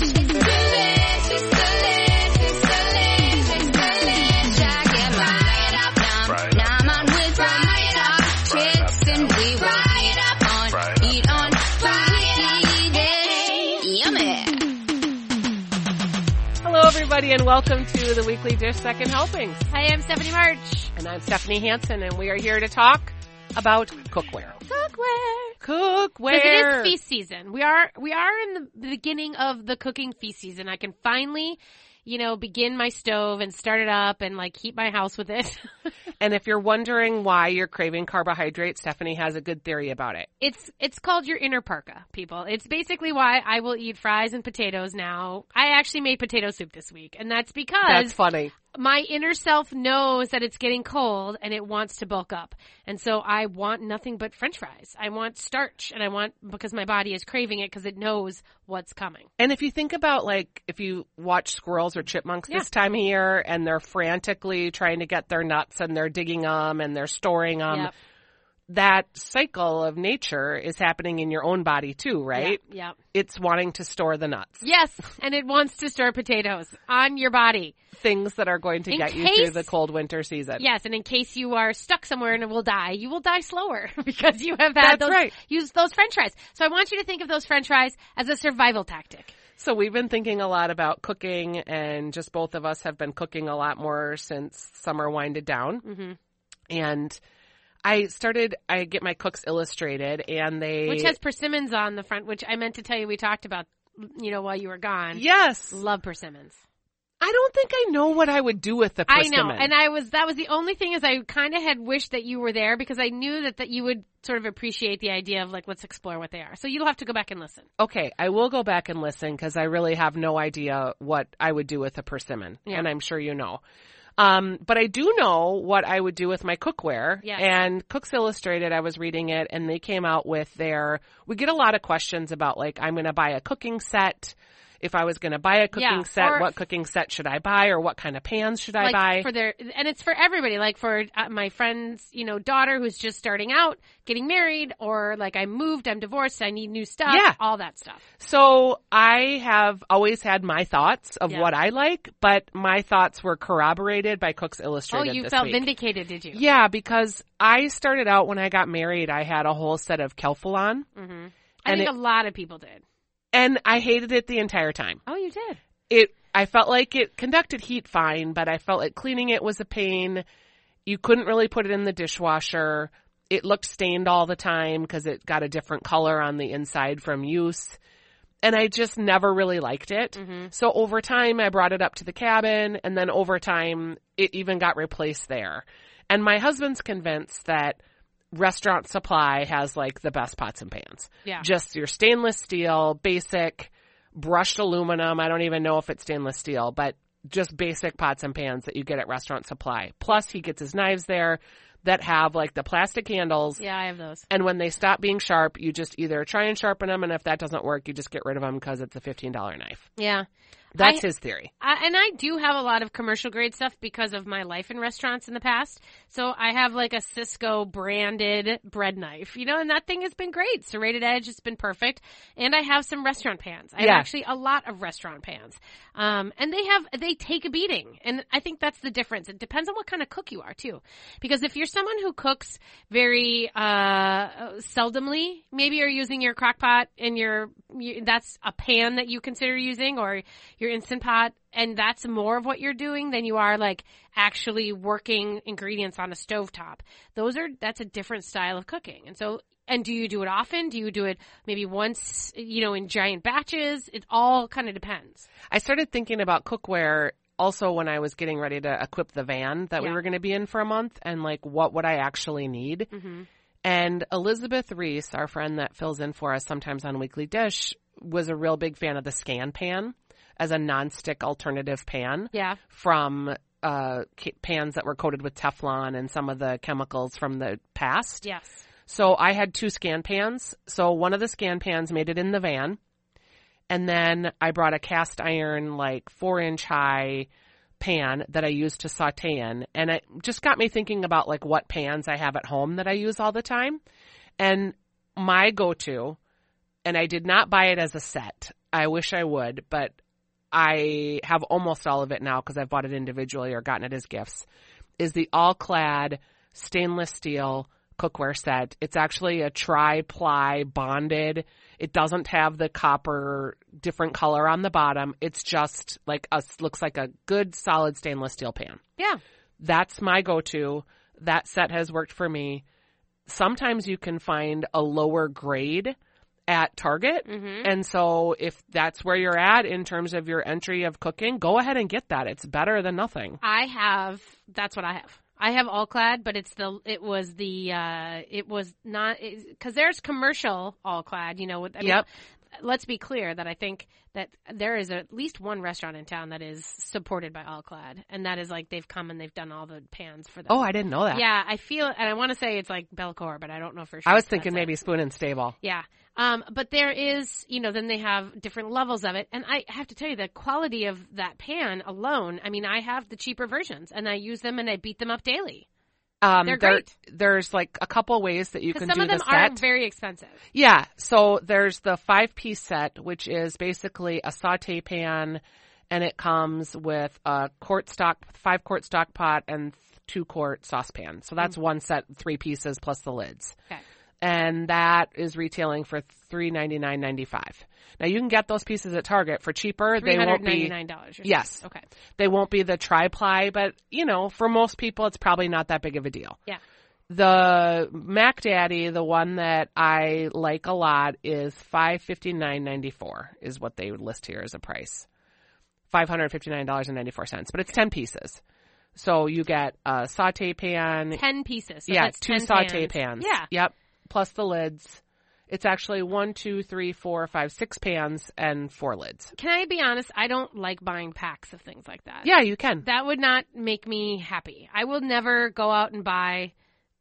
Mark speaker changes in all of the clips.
Speaker 1: It's delicious, delicious, delicious, delicious. I get my nom, nom,
Speaker 2: Fry it up.
Speaker 1: nom on with the my talk
Speaker 2: Fry it up
Speaker 1: chicks and we will eat on,
Speaker 2: Fry it up.
Speaker 1: eat on the weekly dish. Yummy.
Speaker 3: Hello, everybody, and welcome to the Weekly Dish Second Helping.
Speaker 4: Hi, I'm Stephanie March.
Speaker 3: And I'm Stephanie Hansen, and we are here to talk about cookware.
Speaker 4: Cookware. Because
Speaker 3: Cookware.
Speaker 4: it is feast season. We are we are in the beginning of the cooking feast season. I can finally, you know, begin my stove and start it up and like heat my house with it.
Speaker 3: and if you're wondering why you're craving carbohydrates, Stephanie has a good theory about it.
Speaker 4: it's it's called your inner parka, people. It's basically why I will eat fries and potatoes now. I actually made potato soup this week, and that's because
Speaker 3: That's funny.
Speaker 4: my inner self knows that it's getting cold and it wants to bulk up. And so I want nothing but french fries. I want starch and I want because my body is craving it because it knows what's coming.
Speaker 3: And if you think about like if you watch squirrels or chipmunks
Speaker 4: Yeah.
Speaker 3: this time of year and they're frantically trying to get their nuts and they're digging them and they're storing them,
Speaker 4: Yep.
Speaker 3: that cycle of nature is happening in your own body too, right?
Speaker 4: Yep. yep.
Speaker 3: It's wanting to store the nuts,
Speaker 4: Yes, and it wants to store potatoes on your body.
Speaker 3: things that are going to
Speaker 4: In
Speaker 3: get you through
Speaker 4: case-
Speaker 3: the cold winter season.
Speaker 4: Yes, and in case you are stuck somewhere and will die, you will die slower because you have had
Speaker 3: That's
Speaker 4: those
Speaker 3: right.
Speaker 4: use those french fries. So I want you to think of those french fries as a survival tactic.
Speaker 3: So we've been thinking a lot about cooking, and just both of us have been cooking a lot more since summer winded down.
Speaker 4: hmm
Speaker 3: And I started, I get my cooks illustrated, and they
Speaker 4: Which has persimmons on the front, which I meant to tell you we talked about, you know, while you were gone.
Speaker 3: yes.
Speaker 4: Love persimmons.
Speaker 3: I don't think I know what I would do with the
Speaker 4: I
Speaker 3: persimmon.
Speaker 4: know, and I was that was the only thing is I kind of had wished that you were there because I knew that that you would sort of appreciate the idea of like let's explore what they are. So you'll have to go back and listen.
Speaker 3: okay, I will go back and listen because I really have no idea what I would do with a persimmon,
Speaker 4: Yeah.
Speaker 3: and I'm sure you know. Um, but I do know what I would do with my cookware.
Speaker 4: Yes.
Speaker 3: And Cooks Illustrated, I was reading it, and they came out with their. We get a lot of questions about like, I'm going to buy a cooking set. If I was going to buy a cooking
Speaker 4: Yeah,
Speaker 3: set,
Speaker 4: or-
Speaker 3: what cooking set should I buy, or what kind of pans should I
Speaker 4: like
Speaker 3: buy?
Speaker 4: for their and it's for everybody like for uh, my friend's you know daughter who's just starting out getting married or like i moved i'm divorced i need new stuff
Speaker 3: Yeah.
Speaker 4: all that stuff
Speaker 3: So I have always had my thoughts of
Speaker 4: Yeah.
Speaker 3: what I like, but my thoughts were corroborated by Cooks Illustrated.
Speaker 4: oh you
Speaker 3: this
Speaker 4: felt
Speaker 3: week.
Speaker 4: vindicated did you
Speaker 3: Yeah, because I started out when I got married, I had a whole set of Kelfalon
Speaker 4: hmm i
Speaker 3: And
Speaker 4: think
Speaker 3: it-
Speaker 4: a lot of people did
Speaker 3: and I hated it the entire time.
Speaker 4: oh you did
Speaker 3: It I felt like it conducted heat fine, but I felt like cleaning it was a pain. You couldn't really put it in the dishwasher. It looked stained all the time because it got a different color on the inside from use. And I just never really liked it.
Speaker 4: mm-hmm.
Speaker 3: So over time, I brought it up to the cabin, and then over time, it even got replaced there. And my husband's convinced that Restaurant Supply has like the best pots and pans.
Speaker 4: yeah
Speaker 3: Just your stainless steel, basic, brushed aluminum. I don't even know if it's stainless steel, but just basic pots and pans that you get at Restaurant Supply. Plus, he gets his knives there that have like the plastic handles.
Speaker 4: yeah i have those
Speaker 3: And when they stop being sharp, you just either try and sharpen them, and if that doesn't work, you just get rid of them because it's a $15 knife.
Speaker 4: yeah
Speaker 3: That's his theory.
Speaker 4: I, and I do have a lot of commercial grade stuff because of my life in restaurants in the past. So I have like a Cisco branded bread knife, you know, and that thing has been great. Serrated edge, it's been perfect. And I have some restaurant pans. I
Speaker 3: Yeah.
Speaker 4: have actually a lot of restaurant pans. Um, and they have, they take a beating. And I think that's the difference. It depends on what kind of cook you are too. Because if you're someone who cooks very, uh, seldomly, maybe you're using your crock pot and your, you, that's a pan that you consider using or your instant pot and that's more of what you're doing than you are like actually working ingredients on a stovetop. Those are that's a different style of cooking. And so and do you do it often? Do you do it maybe once, you know, in giant batches? It all kind of depends.
Speaker 3: I started thinking about cookware also when I was getting ready to equip the van that we
Speaker 4: Yeah.
Speaker 3: were going to be in for a month and like what would I actually need.
Speaker 4: Mm-hmm.
Speaker 3: And Elizabeth Reese, our friend that fills in for us sometimes on Weekly Dish, was a real big fan of the scan pan as a nonstick alternative pan
Speaker 4: Yeah.
Speaker 3: from uh, ca- pans that were coated with Teflon and some of the chemicals from the past.
Speaker 4: Yes.
Speaker 3: So I had two scan pans. So one of the scan pans made it in the van. And then I brought a cast iron, like four inch high pan that I use to saute in. And it just got me thinking about like what pans I have at home that I use all the time. And my go-to, and I did not buy it as a set. I wish I would, but I have almost all of it now because I've bought it individually or gotten it as gifts, is the all clad stainless steel cookware set. It's actually a tri ply bonded. It doesn't have the copper different color on the bottom. It's just like a, looks like a good solid stainless steel pan.
Speaker 4: Yeah.
Speaker 3: That's my go to. That set has worked for me. Sometimes you can find a lower grade at Target.
Speaker 4: Mm-hmm.
Speaker 3: And so if that's where you're at in terms of your entry of cooking, go ahead and get that. It's better than nothing.
Speaker 4: I have. That's what I have. I have all clad, but it's the. It was the. uh It was not because there's commercial all clad. You know. with- I mean,
Speaker 3: Yep.
Speaker 4: Let's be clear that I think that there is at least one restaurant in town that is supported by all clad, and that is like they've come and they've done all the pans for them.
Speaker 3: Oh, I didn't know that.
Speaker 4: yeah. I feel, and I want to say it's like Belcor, but I don't know for sure.
Speaker 3: I was
Speaker 4: if
Speaker 3: thinking
Speaker 4: that's it.
Speaker 3: maybe spoon and stable.
Speaker 4: Yeah. Um, but there is, you know, then they have different levels of it. And I have to tell you, the quality of that pan alone, I mean, I have the cheaper versions and I use them and I beat them up daily.
Speaker 3: Um,
Speaker 4: They're
Speaker 3: there-
Speaker 4: great.
Speaker 3: There's like a couple ways that you
Speaker 4: Because
Speaker 3: can
Speaker 4: some
Speaker 3: do
Speaker 4: of them
Speaker 3: the
Speaker 4: are
Speaker 3: set.
Speaker 4: very expensive.
Speaker 3: Yeah. So there's the five piece set, which is basically a saute pan and it comes with a quart stock, five quart stock pot and two quart saucepan. So
Speaker 4: Mm.
Speaker 3: that's one set, three pieces plus the lids.
Speaker 4: Okay.
Speaker 3: And that is retailing for three ninety nine ninety five. Now you can get those pieces at Target for cheaper. They won't be
Speaker 4: $399. or something.
Speaker 3: Yes.
Speaker 4: Okay.
Speaker 3: they won't be the tri ply, but you know, for most people, it's probably not that big of a deal.
Speaker 4: Yeah.
Speaker 3: The Mac Daddy, the one that I like a lot, is five fifty nine ninety four is what they list here as a price. Five hundred fifty nine dollars and ninety four cents, but it's ten pieces, so you get a saute pan.
Speaker 4: 10 pieces. So
Speaker 3: yeah,
Speaker 4: that's
Speaker 3: two
Speaker 4: 10
Speaker 3: saute
Speaker 4: pans.
Speaker 3: pans.
Speaker 4: Yeah.
Speaker 3: Yep. Plus the lids. It's actually one, two, three, four, five, six pans and four lids.
Speaker 4: Can I be honest? I don't like buying packs of things like that.
Speaker 3: Yeah, you can.
Speaker 4: That would not make me happy. I will never go out and buy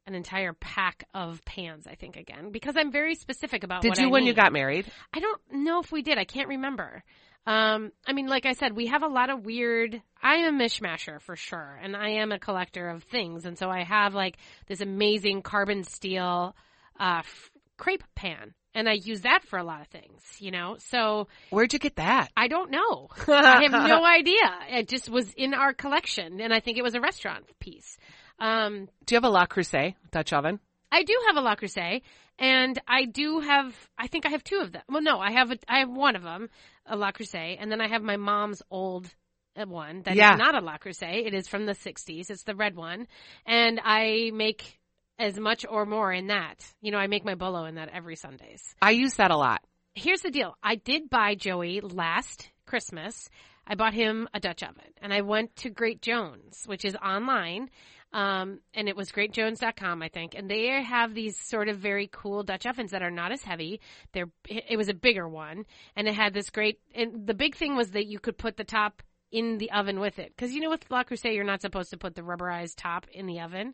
Speaker 4: an entire pack of pans, I think, again, because I'm very specific about
Speaker 3: Did
Speaker 4: what
Speaker 3: you
Speaker 4: I
Speaker 3: when you
Speaker 4: need.
Speaker 3: got married?
Speaker 4: I don't know if we did. I can't remember. Um, I mean, like I said, we have a lot of weird. I am a mishmasher for sure, and I am a collector of things, and so I have like this amazing carbon steel uh, f- crepe pan, and I use that for a lot of things, you know. So
Speaker 3: Where'd you get that?
Speaker 4: I don't know. I have no idea. It just was in our collection, and I think it was a restaurant piece. Um,
Speaker 3: Do you have a La Creuset Dutch oven?
Speaker 4: I do have a La Creuset, and I do have. I think I have two of them. Well, no, I have a, I have one of them, a La Creuset, and then I have my mom's old uh, one that is
Speaker 3: Yeah.
Speaker 4: not a La Creuset. It is from the '60s. It's the red one, and I make as much or more in that. You know, I make my bolo in that every Sundays
Speaker 3: I use that a lot.
Speaker 4: here's the deal. I did buy Joey last Christmas. I bought him a Dutch oven and I went to Great Jones, which is online. Um, and it was greatjones.com, I think. And they have these sort of very cool Dutch ovens that are not as heavy. They're, it was a bigger one and it had this great, and the big thing was that you could put the top in the oven with it. Cause you know, with La Creuset, you're not supposed to put the rubberized top in the oven.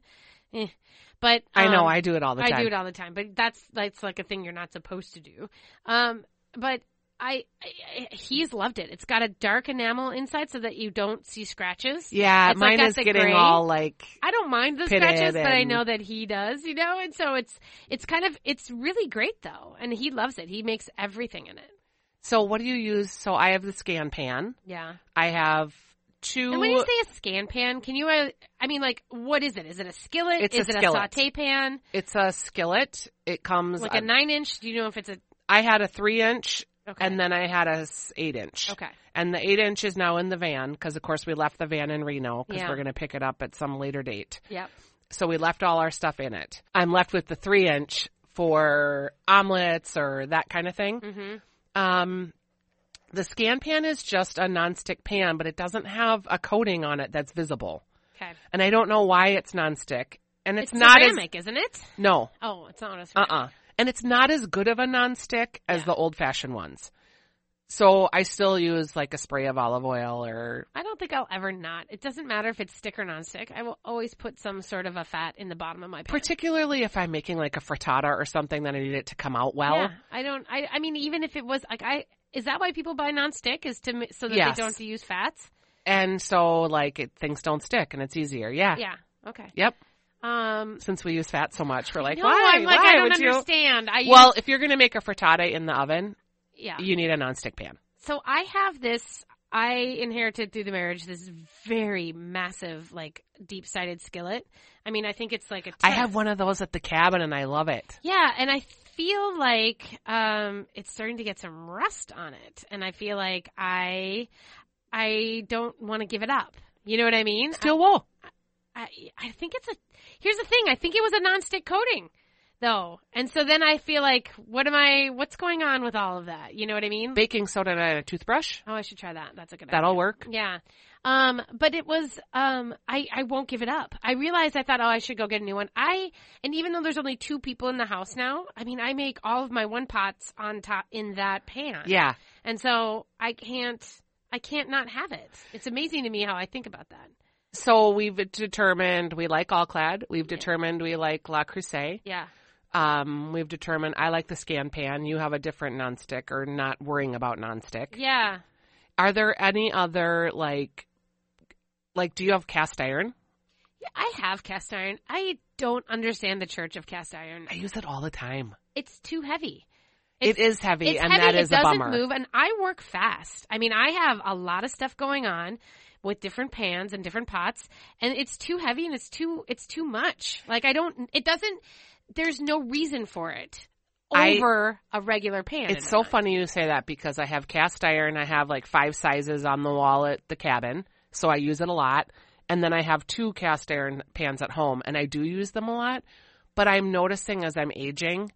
Speaker 4: Eh. But
Speaker 3: I know
Speaker 4: um,
Speaker 3: I do it all the time.
Speaker 4: I do it all the time, but that's that's like a thing you're not supposed to do. Um, but I, I I- he's loved it. It's got a dark enamel inside so that you don't see scratches.
Speaker 3: yeah,
Speaker 4: It's like
Speaker 3: mine
Speaker 4: got
Speaker 3: is
Speaker 4: the
Speaker 3: getting
Speaker 4: gray.
Speaker 3: all like
Speaker 4: I don't mind the
Speaker 3: Pitted
Speaker 4: scratches, but I
Speaker 3: and-
Speaker 4: know that he does, you know. And so it's it's kind of it's really great though, and he loves it. He makes everything in it.
Speaker 3: so what do you use? So I have the scan pan.
Speaker 4: Yeah.
Speaker 3: I have two
Speaker 4: And when you say a scan pan, can you? Uh, I mean, like, what is it? Is it a skillet?
Speaker 3: It's a
Speaker 4: is it
Speaker 3: skillet.
Speaker 4: a saute pan?
Speaker 3: it's a skillet. It comes
Speaker 4: Like
Speaker 3: I
Speaker 4: a nine inch? Do you know if it's a?
Speaker 3: had a three inch
Speaker 4: Okay.
Speaker 3: and then I had a s- eight inch.
Speaker 4: okay.
Speaker 3: And the eight inch is now in the van because of course we left the van in Reno because
Speaker 4: Yeah.
Speaker 3: we're gonna pick it up at some later date.
Speaker 4: Yep.
Speaker 3: So we left all our stuff in it. I'm left with the three inch for omelets or that kind of thing.
Speaker 4: Mm-hmm.
Speaker 3: Um, the scan pan is just a nonstick pan, but it doesn't have a coating on it that's visible.
Speaker 4: Okay.
Speaker 3: And I don't know why it's nonstick. And it's,
Speaker 4: It's,
Speaker 3: not
Speaker 4: ceramic, isn't it?
Speaker 3: as no,
Speaker 4: Oh, it's not as
Speaker 3: uh, uh and it's not as good of a nonstick as the old fashioned ones. So I still use like a spray of olive oil or
Speaker 4: I don't think I'll ever not. It doesn't matter if it's stick or nonstick. I will always put some sort of a fat in the bottom of my pan.
Speaker 3: particularly if I'm making like a frittata or something that I need it to come out well.
Speaker 4: Yeah, I don't. I. I mean, even if it was like I. Is that why people buy nonstick? Is to m- so that
Speaker 3: Yes.
Speaker 4: they don't have to use fats?
Speaker 3: and so like it, things don't stick, and it's easier. Yeah.
Speaker 4: Yeah. Okay.
Speaker 3: Yep.
Speaker 4: Um,
Speaker 3: Since we use fat so much, we're like,
Speaker 4: no,
Speaker 3: why?
Speaker 4: I'm like,
Speaker 3: why
Speaker 4: I don't
Speaker 3: would you?
Speaker 4: understand. I use-
Speaker 3: Well, if you're gonna make a frittata in the oven,
Speaker 4: yeah.
Speaker 3: you need a nonstick pan.
Speaker 4: so I have this. I inherited through the marriage this very massive, like deep-sided skillet. I mean, I think it's like a.
Speaker 3: I
Speaker 4: ton.
Speaker 3: have one of those at the cabin, and I love it.
Speaker 4: Yeah, and I feel like um, it's starting to get some rust on it, and I feel like I I don't want to give it up. You know what I mean?
Speaker 3: Steel wool.
Speaker 4: I, I think it's a. Here's the thing. I think it was a nonstick coating, though, and so then I feel like, what am I? What's going on with all of that? You know what I mean?
Speaker 3: baking soda and a toothbrush.
Speaker 4: Oh, I should try that. That's a good.
Speaker 3: That'll
Speaker 4: idea.
Speaker 3: work.
Speaker 4: Yeah. Um, but it was, um, I, I won't give it up. I realized I thought, oh, I should go get a new one. I, and even though there's only two people in the house now, I mean, I make all of my one pots on top in that pan.
Speaker 3: Yeah.
Speaker 4: And so I can't, I can't not have it. It's amazing to me how I think about that.
Speaker 3: So we've determined we like all clad. We've determined we like La Crusade.
Speaker 4: Yeah.
Speaker 3: Um, we've determined I like the scan pan. You have a different nonstick or not worrying about nonstick.
Speaker 4: Yeah.
Speaker 3: Are there any other like, like do you have cast iron?
Speaker 4: Yeah, I have cast iron. I don't understand the church of cast iron.
Speaker 3: I use it all the time.
Speaker 4: It's too heavy.
Speaker 3: It's, heavy,
Speaker 4: It's
Speaker 3: and
Speaker 4: heavy.
Speaker 3: that is
Speaker 4: it
Speaker 3: a
Speaker 4: doesn't
Speaker 3: bummer.
Speaker 4: move, and I work fast. I mean, I have a lot of stuff going on with different pans and different pots, and it's too heavy and it's too it's too much. Like I don't. It doesn't. There's no reason for it
Speaker 3: I-
Speaker 4: over a regular pan.
Speaker 3: It's so funny you say that because I have cast iron. I have like five sizes on the wall at the cabin, so I use it a lot. And then I have two cast iron pans at home, and I do use them a lot. But I'm noticing as I'm aging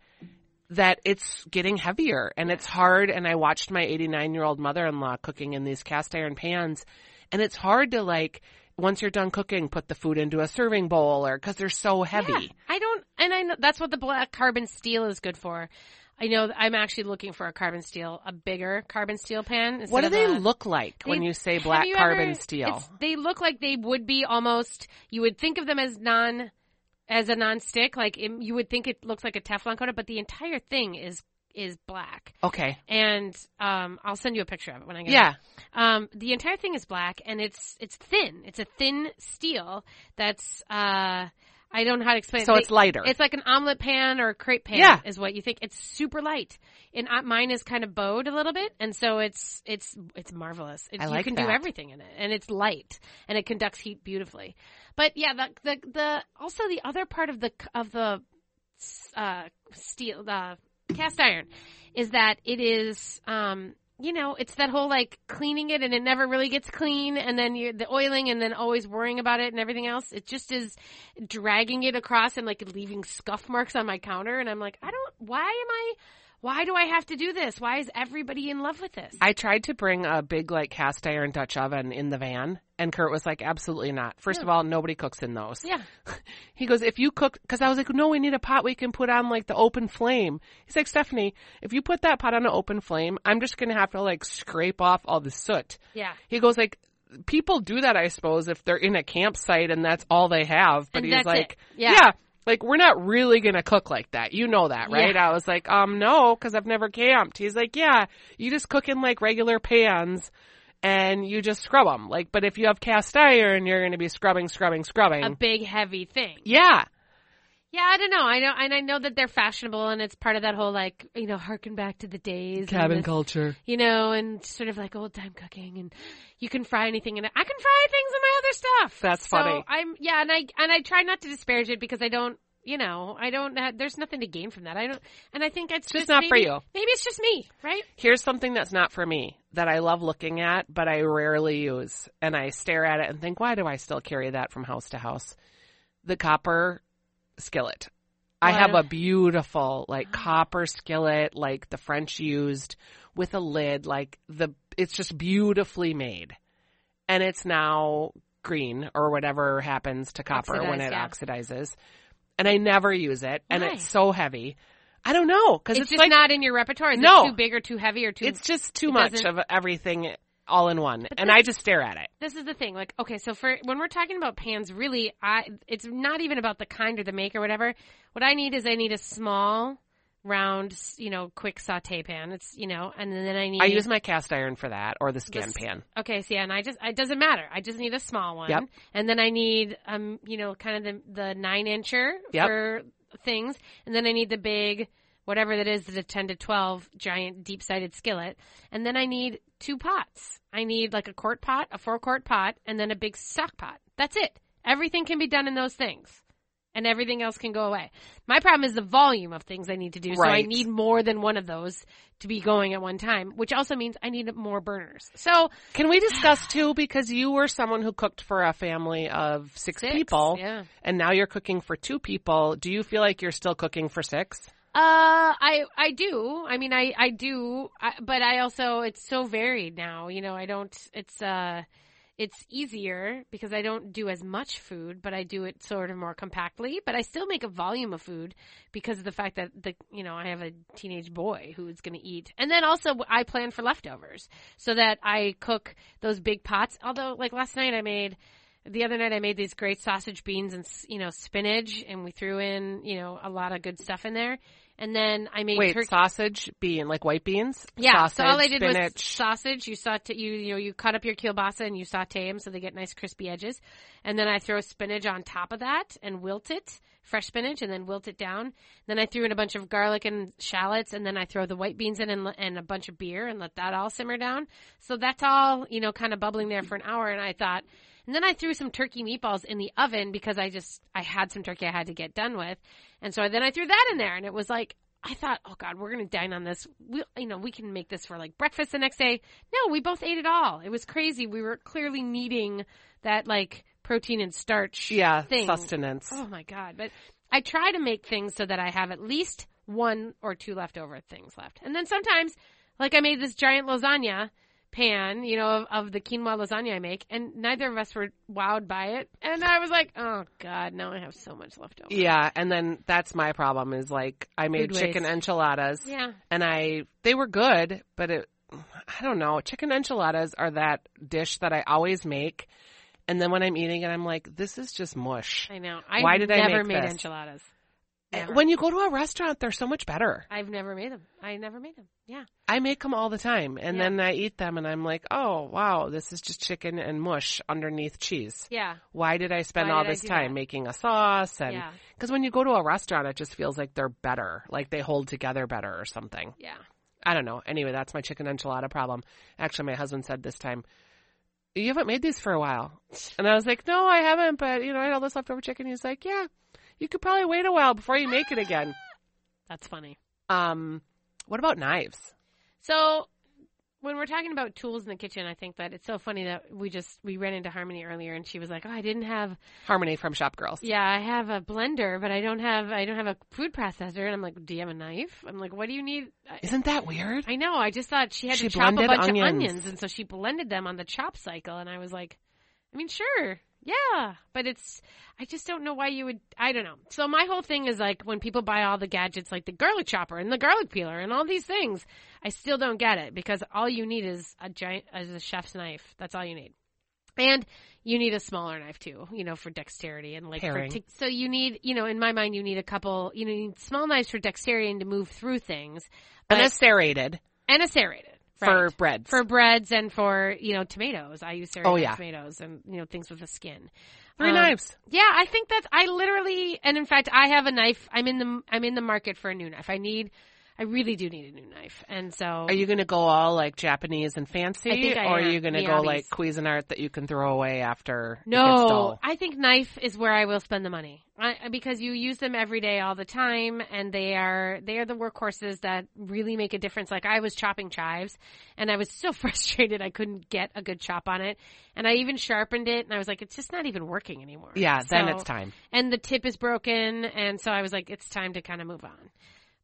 Speaker 3: that it's getting heavier and it's hard. And I watched my 89 year old mother in law cooking in these cast iron pans, and it's hard to like once you're done cooking, put the food into a serving bowl or because they're so heavy.
Speaker 4: Yeah, I don't, and I know that's what the black carbon steel is good for. I know that I'm actually looking for a carbon steel, a bigger carbon steel pan.
Speaker 3: What do
Speaker 4: instead
Speaker 3: they
Speaker 4: of a-
Speaker 3: look like when
Speaker 4: They-
Speaker 3: you say
Speaker 4: have
Speaker 3: black
Speaker 4: you
Speaker 3: carbon
Speaker 4: ever-
Speaker 3: steel?
Speaker 4: it's- They look like they would be almost. You would think of them as non, as a non-stick. Like it, you would think it looks like a Teflon coated, but the entire thing is is black.
Speaker 3: Okay.
Speaker 4: And um, I'll send you a picture of it when I get.
Speaker 3: Yeah.
Speaker 4: Um, the entire thing is black, and it's it's thin. It's a thin steel that's. Uh, I don't know how to explain. it.
Speaker 3: So
Speaker 4: They-
Speaker 3: it's lighter.
Speaker 4: It's like an omelet pan or a crepe pan.
Speaker 3: Yeah.
Speaker 4: is what you think. It's super light, and uh, mine is kind of bowed a little bit, and so it's it's it's marvelous. It,
Speaker 3: I
Speaker 4: you
Speaker 3: like
Speaker 4: can do
Speaker 3: that.
Speaker 4: everything in it, and it's light, and it conducts heat beautifully. But yeah, the the, the also the other part of the of the uh, steel uh, cast iron is that it is um you know it's that whole like cleaning it and it never really gets clean and then you're the oiling and then always worrying about it and everything else it just is dragging it across and like leaving scuff marks on my counter and i'm like i don't why am i why do i have to do this why is everybody in love with this
Speaker 3: I tried to bring a big like cast iron Dutch oven in the van and Kurt was like, absolutely not. First of all, nobody cooks in those.
Speaker 4: yeah
Speaker 3: He goes, if you cook, cause I was like, no, we need a pot we can put on like the open flame. He's like, Stephanie, if you put that pot on an open flame, I'm just going to have to like scrape off all the soot.
Speaker 4: yeah
Speaker 3: He goes like, people do that, I suppose, if they're in a campsite and that's all they have. But
Speaker 4: And
Speaker 3: he's
Speaker 4: that's it.
Speaker 3: like,
Speaker 4: Yeah.
Speaker 3: like we're not really going to cook like that. You know that, right?
Speaker 4: Yeah.
Speaker 3: I was like, um, no, cause I've never camped. He's like, yeah, you just cook in like regular pans and you just scrub them. Like, but if you have cast iron, you're going to be scrubbing, scrubbing, scrubbing.
Speaker 4: a big heavy thing
Speaker 3: yeah.
Speaker 4: yeah i don't know i know and i know that they're fashionable and it's part of that whole like you know harken back to the days and this-
Speaker 3: culture.
Speaker 4: you know, and sort of like old time cooking, and you can fry anything, and I can fry things in my other stuff.
Speaker 3: That's
Speaker 4: So
Speaker 3: funny.
Speaker 4: I'm yeah, and I and I try not to disparage it because I don't, you know, I don't. Uh, there's nothing to gain from that. I don't, and I think it's
Speaker 3: Just
Speaker 4: just,
Speaker 3: not for
Speaker 4: maybe-
Speaker 3: you.
Speaker 4: Maybe it's just me, right?
Speaker 3: Here's something that's not for me that I love looking at, but I rarely use. And I stare at it and think, why do I still carry that from house to house? The copper skillet. I
Speaker 4: Wow.
Speaker 3: have a beautiful, like, copper skillet, like the French used with a lid, like the, it's just beautifully made. And it's now green or whatever happens to copper when it
Speaker 4: Oxidized,
Speaker 3: oxidizes. And I never use it. And
Speaker 4: Why?
Speaker 3: it's so heavy. I don't know. Cause
Speaker 4: It's,
Speaker 3: it's,
Speaker 4: just
Speaker 3: like,
Speaker 4: not in your repertoire. Is
Speaker 3: No.
Speaker 4: it too big or too heavy or too.
Speaker 3: it's just too
Speaker 4: it
Speaker 3: much
Speaker 4: doesn't-
Speaker 3: of everything all in one, and
Speaker 4: this-
Speaker 3: I just stare at it.
Speaker 4: this is the thing. Like, okay, so for when we're talking about pans, really, I it's not even about the kind or the make or whatever. What I need is I need a small round, you know, quick saute pan. It's, you know, and then I need.
Speaker 3: I use my cast iron for that or the scan
Speaker 4: This-
Speaker 3: pan.
Speaker 4: Okay, so yeah, and I just it doesn't matter. I just need a small one.
Speaker 3: Yep.
Speaker 4: And then I need um, you know, kind of the the nine incher
Speaker 3: Yep.
Speaker 4: for things, and then I need the big whatever that is, the ten to twelve giant deep sided skillet, and then I need two pots. I need like a quart pot, a four quart pot, and then a big stock pot. That's it. Everything can be done in those things. And everything else can go away. My problem is the volume of things I need to do. So I
Speaker 3: Right.
Speaker 4: need more than one of those to be going at one time, which also means I need more burners. So
Speaker 3: Can we discuss too? Because you were someone who cooked for a family of six,
Speaker 4: Six,
Speaker 3: people,
Speaker 4: yeah.
Speaker 3: and now you're cooking for two people. Do you feel like you're still cooking for six?
Speaker 4: Uh, I I do. I mean, I I do. I, but I also it's so varied now. You know, I don't. It's uh, it's easier because I don't do as much food, but I do it sort of more compactly. But I still make a volume of food because of the fact that the you know I have a teenage boy who is going to eat, and then also I plan for leftovers so that I cook those big pots. Although, like last night, I made the other night I made these great sausage beans and you know spinach, and we threw in you know a lot of good stuff in there. And then I made
Speaker 3: Wait,
Speaker 4: turkey.
Speaker 3: sausage, bean, like white beans?
Speaker 4: yeah,
Speaker 3: sausage,
Speaker 4: so all I did was
Speaker 3: spinach.
Speaker 4: sausage. You saute you you know you cut up your kielbasa and you saute them so they get nice crispy edges, and then I throw spinach on top of that and wilt it fresh spinach and then wilt it down. Then I threw in a bunch of garlic and shallots, and then I throw the white beans in and, le- and a bunch of beer and let that all simmer down. So that's all you know, kind of bubbling there for an hour. And I thought, and then I threw some turkey meatballs in the oven because I just I had some turkey I had to get done with, and so then I threw that in there, and it was like I thought, oh God, we're gonna dine on this. We, you know, we can make this for like breakfast the next day. No, we both ate it all. It was crazy. We were clearly needing that like protein and starch.
Speaker 3: yeah,
Speaker 4: thing.
Speaker 3: sustenance.
Speaker 4: Oh my god! But I try to make things so that I have at least one or two leftover things left, and then sometimes, like I made this giant lasagna pan, you know, of, of the quinoa lasagna I make, and neither of us were wowed by it, and I was like, oh god, now I have so much left over.
Speaker 3: Yeah, and then that's my problem is like I made
Speaker 4: Food
Speaker 3: chicken
Speaker 4: waste.
Speaker 3: enchiladas
Speaker 4: Yeah.
Speaker 3: and I they were good, but it I don't know. Chicken enchiladas are that dish that I always make and then when I'm eating it I'm like this is just mush.
Speaker 4: I know. I've
Speaker 3: Why did I
Speaker 4: never
Speaker 3: make
Speaker 4: made
Speaker 3: this?
Speaker 4: enchiladas. Never.
Speaker 3: When you go to a restaurant they're so much better.
Speaker 4: I've never made them. I never made them. Yeah.
Speaker 3: I make them all the time and
Speaker 4: Yeah.
Speaker 3: then I eat them and I'm like, "Oh, wow, this is just chicken and mush underneath cheese."
Speaker 4: Yeah.
Speaker 3: Why did I spend
Speaker 4: Why
Speaker 3: all
Speaker 4: did I
Speaker 3: this
Speaker 4: do
Speaker 3: time
Speaker 4: that?
Speaker 3: making a sauce and
Speaker 4: yeah.
Speaker 3: Because when you go to a restaurant, it just feels like they're better, like they hold together better or something.
Speaker 4: Yeah.
Speaker 3: I don't know. Anyway, that's my chicken enchilada problem. Actually, my husband said this time, You haven't made these for a while. And I was like, No, I haven't, but you know, I had all this leftover chicken. He's like, Yeah, you could probably wait a while before you make it again.
Speaker 4: That's funny.
Speaker 3: Um, what about knives?
Speaker 4: So when we're talking about tools in the kitchen, I think that it's so funny that we just we ran into Harmony earlier and she was like, "Oh, I didn't have
Speaker 3: Harmony from Shop Girls.
Speaker 4: yeah, I have a blender, but I don't have I don't have a food processor." And I'm like, "Do you have a knife?" I'm like, "What do you need?" I,
Speaker 3: Isn't that weird?
Speaker 4: I know. I just thought she had
Speaker 3: She
Speaker 4: to chop a
Speaker 3: blended
Speaker 4: bunch
Speaker 3: onions.
Speaker 4: of onions, and so she blended them on the chop cycle. And I was like, I mean, sure, yeah, but it's I just don't know why you would. I don't know. So my whole thing is like when people buy all the gadgets, like the garlic chopper and the garlic peeler and all these things, I still don't get it because all you need is a giant as a chef's knife. That's all you need. And you need a smaller knife too, you know, for dexterity and like for
Speaker 3: Paring.
Speaker 4: tic- so you need, you know, in my mind, you need a couple, you know, you need small knives for dexterity and to move through things,
Speaker 3: and
Speaker 4: but-
Speaker 3: it's serrated
Speaker 4: and a serrated
Speaker 3: for
Speaker 4: right?
Speaker 3: breads.
Speaker 4: for breads and for you know tomatoes. I use serrated
Speaker 3: Oh, yeah.
Speaker 4: tomatoes and you know things with a skin.
Speaker 3: three
Speaker 4: Um,
Speaker 3: knives.
Speaker 4: Yeah, I think that's I literally and in fact I have a knife. I'm in the I'm in the market for a new knife. I need I really do need a new knife. And so
Speaker 3: Are you going to go all like Japanese and fancy,
Speaker 4: I think I
Speaker 3: or are
Speaker 4: am.
Speaker 3: you going to go
Speaker 4: Miyabi's.
Speaker 3: like Cuisinart that you can throw away after? it gets
Speaker 4: no,
Speaker 3: dull?
Speaker 4: I think knife is where I will spend the money I, because you use them every day, all the time, and they are they are the workhorses that really make a difference. Like I was chopping chives, and I was so frustrated I couldn't get a good chop on it, and I even sharpened it, and I was like, it's just not even working anymore.
Speaker 3: yeah, then
Speaker 4: So-
Speaker 3: it's time.
Speaker 4: and the tip is broken and so i was like it's time to kind of move on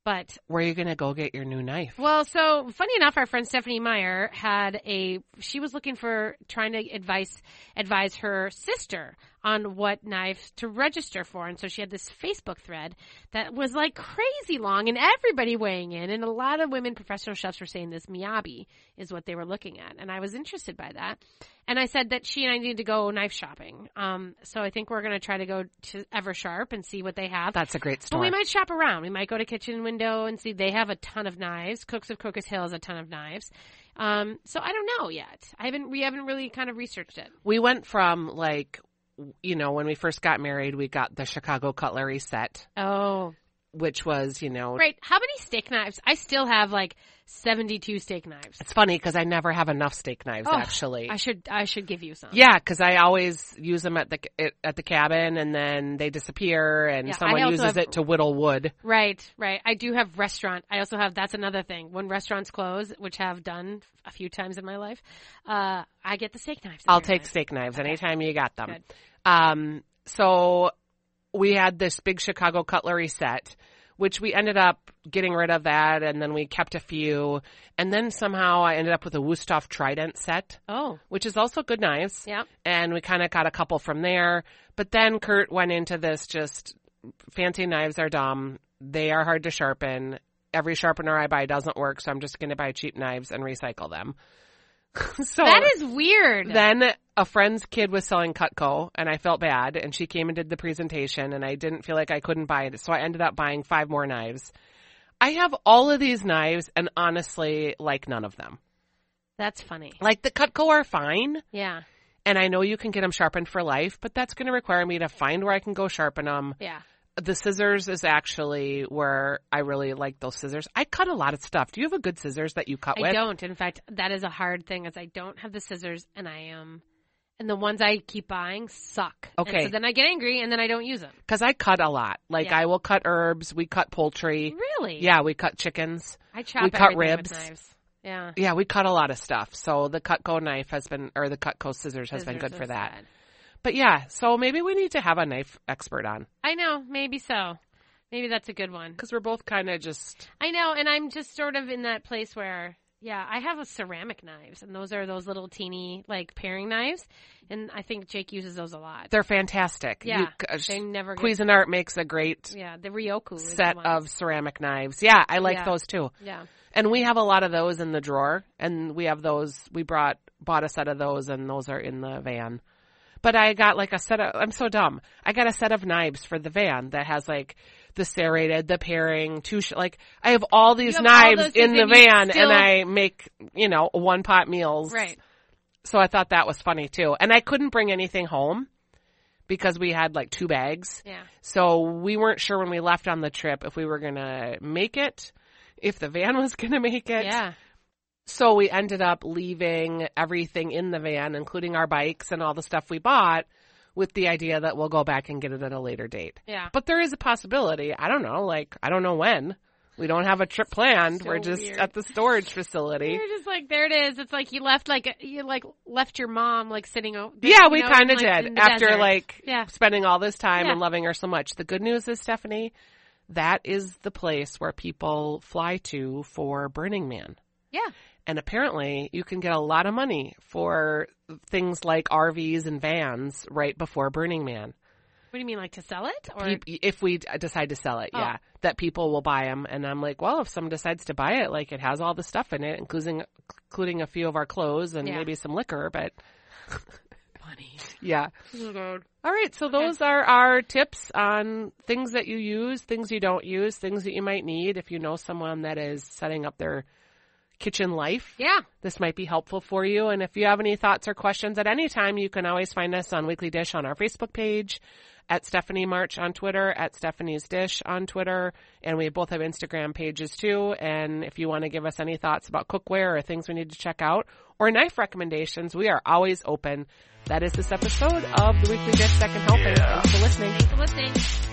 Speaker 4: but
Speaker 3: Where are you going to go get your new knife?
Speaker 4: well so funny enough our friend stephanie meyer had a she was looking for trying to advice advise her sister on what knives to register for. And so she had this Facebook thread that was like crazy long and everybody weighing in. And a lot of women professional chefs were saying this Miyabi is what they were looking at. And I was interested by that. And I said that she and I need to go knife shopping. Um, so I think we're going to try to go to Eversharp and see what they have.
Speaker 3: That's a great
Speaker 4: But
Speaker 3: story.
Speaker 4: we might shop around. We might go to Kitchen Window and see they have a ton of knives. Cooks of Crocus Hill has a ton of knives. Um, so I don't know yet. I haven't. We haven't really kind of researched it.
Speaker 3: we went from like, you know, when we first got married, we got the Chicago cutlery set,
Speaker 4: Oh,
Speaker 3: which was, you know,
Speaker 4: right. How many steak knives? I still have like seventy-two steak knives.
Speaker 3: it's funny because I never have enough steak knives
Speaker 4: Oh,
Speaker 3: actually.
Speaker 4: I should. I should give you some.
Speaker 3: Yeah, because I always use them at the it- at the cabin, and then they disappear, and
Speaker 4: Yeah, I
Speaker 3: someone
Speaker 4: also
Speaker 3: uses
Speaker 4: have-
Speaker 3: it to whittle wood.
Speaker 4: Right, right. I do have restaurant. I also have that's another thing. When restaurants close, which have done a few times in my life, uh, I get the steak knives.
Speaker 3: I'll
Speaker 4: apparently.
Speaker 3: take steak knives
Speaker 4: Okay.
Speaker 3: anytime you got them.
Speaker 4: Good.
Speaker 3: Um, so we had this big Chicago cutlery set, which we ended up getting rid of that, and then we kept a few, and then somehow I ended up with a Wusthof Trident set,
Speaker 4: Oh,
Speaker 3: which is also good knives.
Speaker 4: yeah.
Speaker 3: and we kind of got a couple from there. But then Kurt went into this just fancy knives are dumb. They are hard to sharpen. Every sharpener I buy doesn't work, so I'm just going to buy cheap knives and recycle them. so
Speaker 4: that is weird.
Speaker 3: then a friend's kid was selling Cutco, and I felt bad. And she came and did the presentation, and I didn't feel like I couldn't buy it, so I ended up buying five more knives. I have all of these knives, and honestly, like none of them.
Speaker 4: that's funny.
Speaker 3: Like the Cutco are fine,
Speaker 4: Yeah,
Speaker 3: and I know you can get them sharpened for life, but that's going to require me to find where I can go sharpen them.
Speaker 4: yeah.
Speaker 3: The scissors is actually where I really like those scissors. I cut a lot of stuff. Do you have a good scissors that you cut
Speaker 4: I
Speaker 3: with?
Speaker 4: don't. In fact, that is a hard thing. Is I don't have the scissors, and I am, and the ones I keep buying suck. And
Speaker 3: Okay.
Speaker 4: so then I get angry, and then I don't use them.
Speaker 3: Because I cut a lot. Like
Speaker 4: Yeah. Mm-hmm.
Speaker 3: I will cut herbs. We cut poultry.
Speaker 4: Really?
Speaker 3: Yeah, we cut chickens.
Speaker 4: I chop.
Speaker 3: We cut
Speaker 4: everything with
Speaker 3: ribs.
Speaker 4: knives. Yeah.
Speaker 3: Yeah, we cut a lot of stuff. So the Cutco knife has been, or the Cutco scissors has been
Speaker 4: Scissors
Speaker 3: good
Speaker 4: are
Speaker 3: for that.
Speaker 4: sad.
Speaker 3: But yeah, so maybe we need to have a knife expert on
Speaker 4: I know. Maybe so. Maybe that's a good one.
Speaker 3: because we're both kind of just
Speaker 4: I know, and I'm just sort of in that place where, yeah, I have a ceramic knives, and those are those little teeny like paring knives, and I think Jake uses those a lot.
Speaker 3: they're fantastic. You
Speaker 4: yeah,
Speaker 3: c- uh,
Speaker 4: they never get.
Speaker 3: Cuisinart makes a great
Speaker 4: Yeah, the Ryoku is the
Speaker 3: set
Speaker 4: one.
Speaker 3: of ceramic knives. Yeah, I like
Speaker 4: Yeah.
Speaker 3: those too.
Speaker 4: yeah.
Speaker 3: And we have a lot of those in the drawer and we have those we brought bought a set of those and those are in the van. But I got like a set of I'm so dumb. I got a set of knives for the van that has like the serrated, the pairing, two sh- like I have all these
Speaker 4: have all
Speaker 3: knives
Speaker 4: those
Speaker 3: in
Speaker 4: things
Speaker 3: the
Speaker 4: and you
Speaker 3: van
Speaker 4: still-
Speaker 3: and I make, you know, one pot meals.
Speaker 4: Right.
Speaker 3: So I thought that was funny too. And I couldn't bring anything home because we had like two bags.
Speaker 4: Yeah.
Speaker 3: So we weren't sure when we left on the trip if we were going to make it, if the van was going to make it.
Speaker 4: Yeah.
Speaker 3: So we ended up leaving everything in the van, including our bikes and all the stuff we bought, with the idea that we'll go back and get it at a later date.
Speaker 4: Yeah.
Speaker 3: But there is a possibility. I don't know. Like, I don't know when. We don't have a trip planned.
Speaker 4: So
Speaker 3: we're just
Speaker 4: weird.
Speaker 3: at the storage facility.
Speaker 4: You're just like there it is. It's like you left like you like left your mom like sitting. o-
Speaker 3: Yeah,
Speaker 4: you
Speaker 3: we
Speaker 4: know,
Speaker 3: kind of
Speaker 4: like, in
Speaker 3: did.
Speaker 4: the
Speaker 3: After
Speaker 4: desert.
Speaker 3: like
Speaker 4: Yeah.
Speaker 3: spending all this time
Speaker 4: Yeah.
Speaker 3: and loving her so much. The good news is, Stephanie, that is the place where people fly to for Burning Man.
Speaker 4: yeah,
Speaker 3: And apparently, you can get a lot of money for things like RVs and vans right before Burning Man.
Speaker 4: what do you mean like to sell it or
Speaker 3: Peop- If we d- decide to sell it,
Speaker 4: Oh.
Speaker 3: yeah, that people will buy them. And I'm like, well, if someone decides to buy it, like it has all the stuff in it, including including a few of our clothes and
Speaker 4: Yeah.
Speaker 3: maybe some liquor. But
Speaker 4: money?
Speaker 3: yeah,
Speaker 4: This is good.
Speaker 3: all right, so those are our tips on things that you use, things you don't use, things that you might need. If you know someone that is setting up their kitchen life,
Speaker 4: Yeah,
Speaker 3: this might be helpful for you. And if you have any thoughts or questions at any time, you can always find us on Weekly Dish on our Facebook page, at Stephanie March on Twitter, at Stephanie's Dish on Twitter, and we both have Instagram pages too. And if you want to give us any thoughts about cookware or things we need to check out or knife recommendations, we are always open. That is this episode of the Weekly Dish Second Helping. Thanks for listening.
Speaker 4: thanks for listening.